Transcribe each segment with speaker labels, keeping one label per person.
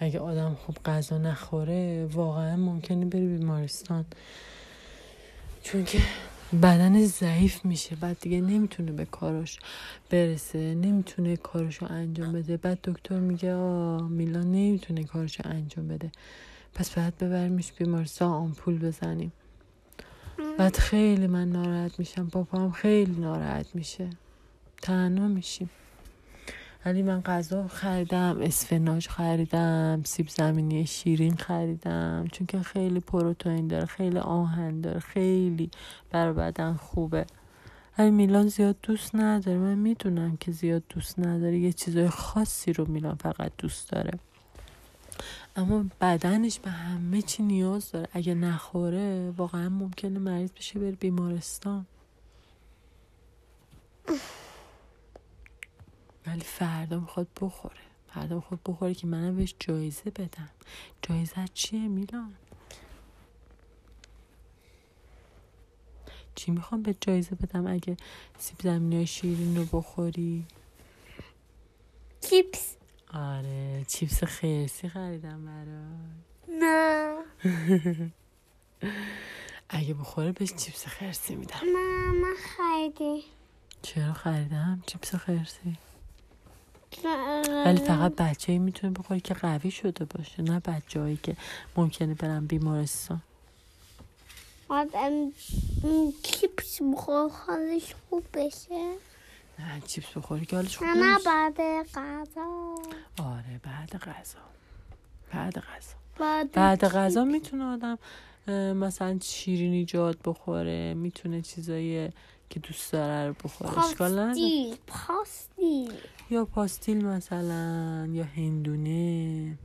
Speaker 1: اگه آدم خوب غذا نخوره واقعا ممکنه بری بیمارستان چون که بدن ضعیف میشه بعد دیگه نمیتونه به کاراش برسه نمیتونه کارشو انجام بده بعد دکتر میگه آه میلان نمیتونه کارشو انجام بده پس باید ببرمش بیمارستان آمپول بزنیم بعد خیلی من ناراحت میشم پاپام خیلی ناراحت میشه تنها میشیم ولی من غذا خریدم اسفناج خریدم سیب زمینی شیرین خریدم چون که خیلی پروتئین داره خیلی آهن داره خیلی بر بدن خوبه ولی میلان زیاد دوست نداره من میدونم که زیاد دوست نداره یه چیزای خاصی رو میلان فقط دوست داره اما بدنش به همه چی نیاز داره اگه نخوره واقعا ممکنه مریض بشه بره بیمارستان ولی فردا میخواد بخوره فردا میخواد بخوره که منم بهش جایزه بدم جایزه چیه میلان چی میخوام به جایزه بدم اگه سیب زمینی شیرین رو بخوری
Speaker 2: چیپس
Speaker 1: آره چیپس خرسی خریدم برات
Speaker 2: نه
Speaker 1: اگه بخوره بهش چیپس خرسی میدم
Speaker 2: ماما خریدی
Speaker 1: چرا خریدم چیپس خرسی ولی
Speaker 2: ولی
Speaker 1: فقط بچه میتونه بخوره که قوی شده باشه نه بچه هایی که ممکنه برن بیمارستان
Speaker 2: آدم این چیپس بخور حالش خوب بشه
Speaker 1: نه چیپس بخوری که حالش خوب
Speaker 2: نه نه
Speaker 1: نمیشه.
Speaker 2: بعد غذا
Speaker 1: آره بعد غذا بعد غذا
Speaker 2: بعد,
Speaker 1: بعد غذا میتونه آدم اه، مثلا شیرینی جاد بخوره میتونه چیزایی که دوست داره رو
Speaker 2: خب،
Speaker 1: بخوره اشکال نداره
Speaker 2: پاستیل پاستیل
Speaker 1: یا پاستیل مثلا یا هندونه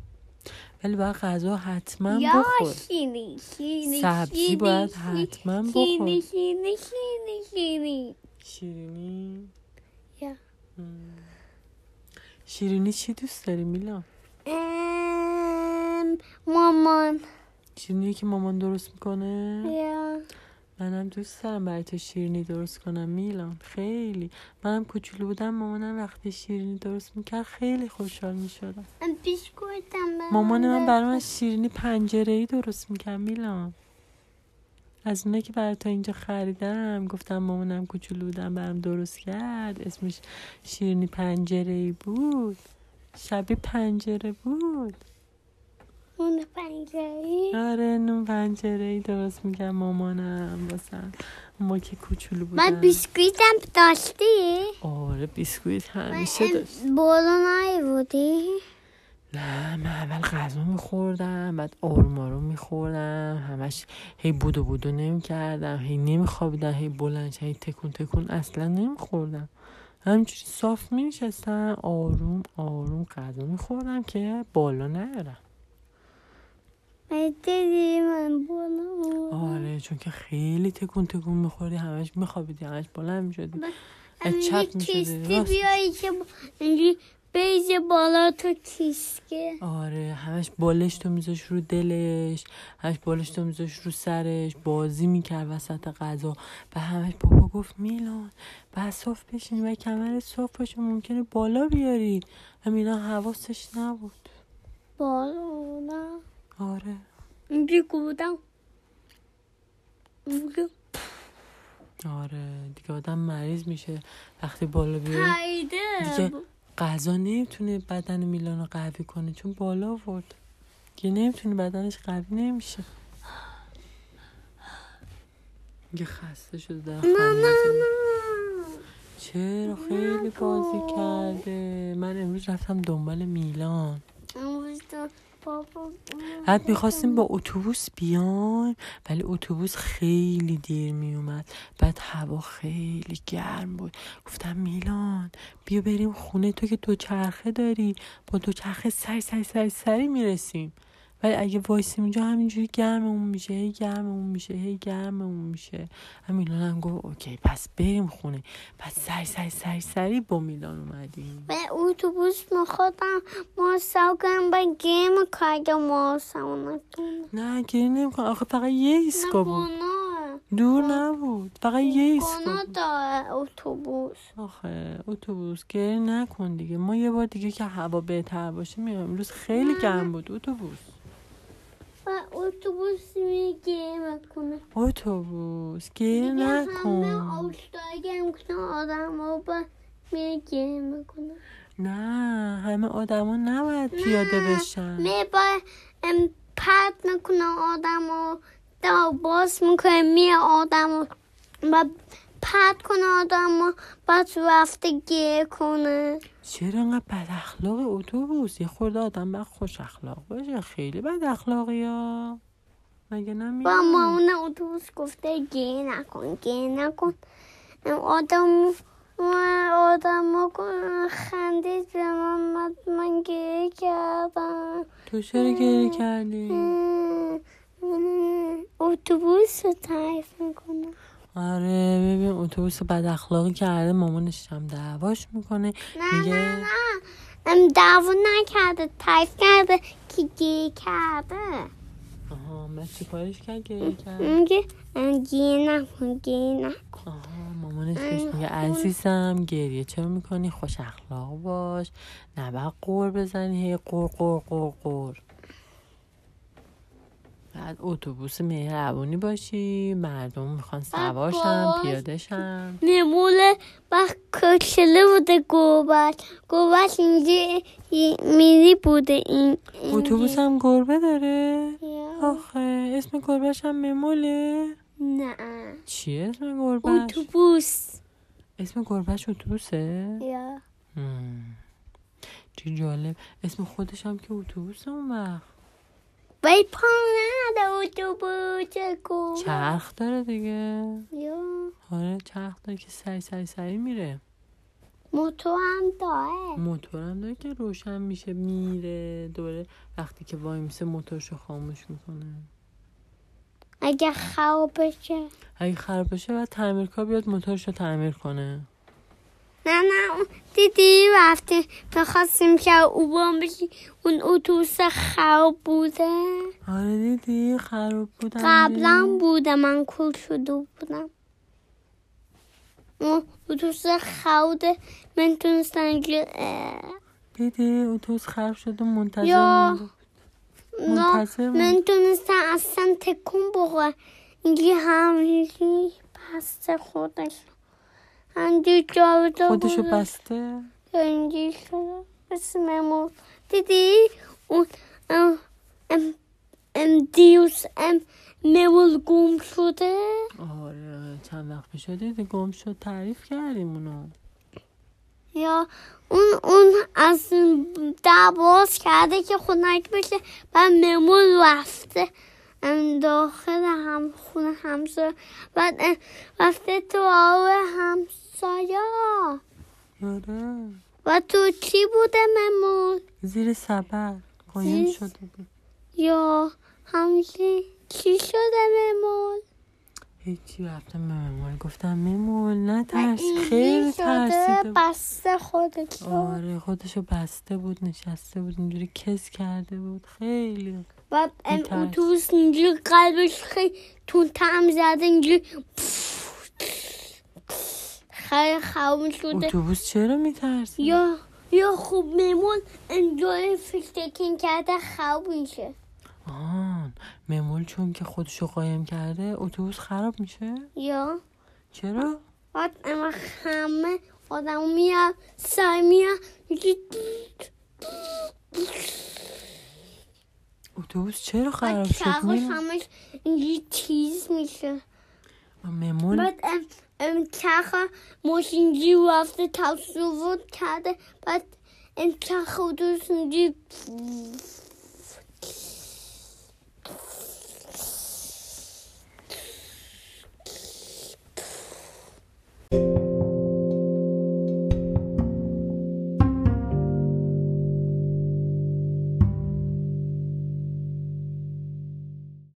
Speaker 1: ولی باید غذا حتما
Speaker 2: یا
Speaker 1: بخور
Speaker 2: شیرین شیرین
Speaker 1: سبزی
Speaker 2: شیرین،
Speaker 1: باید
Speaker 2: شیرین،
Speaker 1: حتما
Speaker 2: شیرین
Speaker 1: بخور.
Speaker 2: شیرین شیرین شیرین
Speaker 1: شیرینی
Speaker 2: یا.
Speaker 1: شیرینی چی دوست داری میلان
Speaker 2: ام، مامان
Speaker 1: شیرینی که مامان درست میکنه
Speaker 2: یا
Speaker 1: منم دوست دارم برای تو شیرینی درست کنم میلان خیلی منم کوچولو بودم مامانم وقتی شیرینی درست میکرد خیلی خوشحال میشدم
Speaker 2: ام، بیسکویتم به
Speaker 1: مامان من
Speaker 2: بده.
Speaker 1: برای من شیرینی پنجره ای درست میکرد میلان از اونایی که برای تو اینجا خریدم گفتم مامانم کوچولو بودم برام درست کرد اسمش شیرینی پنجره ای بود شبیه پنجره بود
Speaker 2: اون پنجایی
Speaker 1: آره نون پنجره ای درست میکرد مامانم واسم ما که کوچولو بودم
Speaker 2: بعد بیسکویتم داشتی
Speaker 1: آره بیسکویت همیشه داشت
Speaker 2: بولو بودی
Speaker 1: نه من اول غذا میخوردم بعد آروم آروم میخوردم همش هی بودو بودو نمیکردم هی نمیخوابیدم هی بلند شدم، هی تکون تکون اصلا نمیخوردم همینجوری صاف مینشستم آروم آروم غذا میخوردم که بالا نیارم
Speaker 2: من دیدی من بولو
Speaker 1: آره چون که خیلی تکون تکون میخوردی همش میخوابیدی همش بلند میشدی
Speaker 2: ب-
Speaker 1: از چپ میشدی
Speaker 2: کیستی
Speaker 1: راست
Speaker 2: بیایی که ب- اینجوری بیز بالا تو کیسکه
Speaker 1: آره همش بالش تو میذاش رو دلش همش بالش تو میذاش رو سرش بازی میکرد وسط غذا و همش بابا گفت میلان بس صاف بشین و کمر صاف باشه ممکنه بالا بیاری و میلان حواسش نبود
Speaker 2: بالا بودم
Speaker 1: آره
Speaker 2: اینجوری بودم اینجوری
Speaker 1: آره دیگه آدم مریض میشه وقتی بالا بیاری
Speaker 2: پایده
Speaker 1: دیگه غذا نمیتونه بدن میلان رو قوی کنه چون بالا آورد دیگه نمیتونه بدنش قوی نمیشه دیگه خسته شده در خانه چرا خیلی بازی کرده من امروز رفتم دنبال میلان
Speaker 2: امروز تو بابا
Speaker 1: بعد میخواستیم با اتوبوس بیایم ولی اتوبوس خیلی دیر میومد بعد هوا خیلی گرم بود گفتم میلان بیا بریم خونه تو که دوچرخه داری با دوچرخه سری سری سری سری میرسیم ولی اگه وایسیم اینجا همینجوری گرممون میشه هی گرممون میشه هی گرممون میشه و میلان هم گفت اوکی پس بریم خونه پس سری سری سری سری با میلان اومدیم
Speaker 2: به اتوبوس میخوادم ماساو کنم با گیم کارگه ماساو نکنم
Speaker 1: نه گریه نمیکن آخه فقط یه ایستگاه بود
Speaker 2: نکنم
Speaker 1: دور نبود فقط یه ایستگاه
Speaker 2: گناه داره اتوبوس
Speaker 1: آخه اتوبوس گریه نکن دیگه ما یه بار دیگه که هوا بهتر باشه میرم امروز خیلی گرم بود اتوبوس
Speaker 2: و اتوبوس میگه میکنه
Speaker 1: اتوبوس گریه
Speaker 2: دیگه همه
Speaker 1: نکن
Speaker 2: آشتایی گم کنه آدم ها با میگه میکنه
Speaker 1: نه همه آدما نباید پیاده بشن
Speaker 2: میبا پرد میکنه آدم و در باز میکنه می آدم و و پرد کنه آدم و بعد رفته گیر کنه
Speaker 1: چرا انقدر بد اخلاق اتوبوس یه خورده آدم باید خوش اخلاق باشه خیلی بد اخلاقی ها مگه
Speaker 2: و ما
Speaker 1: نمیاد
Speaker 2: اون اتوبوس گفته گیر نکن گیر نکن آدم و آدم ها خندید به من بعد من گیر کردم
Speaker 1: تو چرا گریه کردی
Speaker 2: Mm, اتوبوس رو تعریف میکنه
Speaker 1: آره ببین اتوبوس بد اخلاقی کرده مامانش هم دعواش میکنه
Speaker 2: نه
Speaker 1: میگه
Speaker 2: نه نه ام، دعوا نکرده تعریف کرده که گیر کرده
Speaker 1: آها من چیکارش کرد گریه کرد
Speaker 2: میگه ام، گیر نکن گیر نکن
Speaker 1: آها مامانش بهش
Speaker 2: ام،
Speaker 1: میگه
Speaker 2: خون.
Speaker 1: عزیزم گریه چرا میکنی خوش اخلاق باش نباید قور بزنی هی قور قور قور قور بعد اتوبوس مهربونی باشی مردم میخوان سوارشن
Speaker 2: باباش.
Speaker 1: پیادهشن
Speaker 2: نموله وقت کچله بوده گوبت گوبت اینجا میری بوده این اینجا.
Speaker 1: اتوبوس هم گربه داره
Speaker 2: یا.
Speaker 1: آخه اسم گربهش هم مموله
Speaker 2: نه
Speaker 1: چیه اسم گربهش
Speaker 2: اتوبوس
Speaker 1: اسم گربهش اتوبوسه
Speaker 2: یا.
Speaker 1: هم. چه جالب اسم خودش هم که اتوبوس اون وقت
Speaker 2: ولی پا نداره اتوبوس گوبت
Speaker 1: چرخ داره دیگه
Speaker 2: یا.
Speaker 1: آره چرخ داره که سری سری سری میره
Speaker 2: موتور هم داره
Speaker 1: موتور هم داره که روشن میشه میره دوره وقتی که وای میسه موتورشو خاموش میکنه
Speaker 2: اگه خراب بشه
Speaker 1: اگه خراب بشه بعد تعمیرکار بیاد موتورشو تعمیر کنه
Speaker 2: نه نه اون دیدی رفته میخواستیم که اوبان بشی اون اتوبوس خراب بوده
Speaker 1: آره دیدی خراب بودن
Speaker 2: قبلا بوده من کل شده بودم اون اتوبوس خراب من تونستم که، اه،
Speaker 1: دیدی اتوبوس خراب شد و منتظر
Speaker 2: یا-
Speaker 1: مونده.
Speaker 2: نه،
Speaker 1: منتظر
Speaker 2: من تونستم اصلا تکون بخورم اینجا همینجی بسته خودش همینجی جا به جا
Speaker 1: خودشو
Speaker 2: گذاشت.
Speaker 1: بسته
Speaker 2: رنگی شده مثل ممو دیدی اون ام ام ام دیوس ام مول گم شده
Speaker 1: آره چند وقت پیش دیدی گم شد تعریف کردیم اونو
Speaker 2: یا اون اون از در باز کرده که خنک بشه و ممول رفته ام داخل هم خونه همسایه بعد ام رفته تو آب همسایه
Speaker 1: آره
Speaker 2: و تو چی بوده ممول
Speaker 1: زیر سبد قایم
Speaker 2: زیر-
Speaker 1: شده بود
Speaker 2: یا همچی چی شده ممول
Speaker 1: هیچی رفتم به ممول گفتم ممول نترس
Speaker 2: این
Speaker 1: خیلی
Speaker 2: شده
Speaker 1: ترسیده بود
Speaker 2: بسته خودش رو.
Speaker 1: آره خودشو بسته بود نشسته بود اینجوری کس کرده بود خیلی
Speaker 2: و ام
Speaker 1: می‌ترس.
Speaker 2: اتوبوس اینجوری قلبش خیلی تون تم زده اینجوری خیلی خراب شده
Speaker 1: اتوبوس چرا میترسه
Speaker 2: یا یا خوب میمون اینجوری فکرکین کرده خراب میشه
Speaker 1: آن ممول چون که خودشو قایم کرده اتوبوس خراب میشه
Speaker 2: یا
Speaker 1: چرا
Speaker 2: بعد اما همه آدم میاد سر میاد اینجوری
Speaker 1: اتوبوس چرا
Speaker 2: و
Speaker 1: خراب شد
Speaker 2: چرخش
Speaker 1: میلاد؟
Speaker 2: همش اینجوری تیز میشه
Speaker 1: ممول
Speaker 2: بعد ام ام چرخ ماشینجی رفته تصور کرده بعد ام چرخ دوستونجی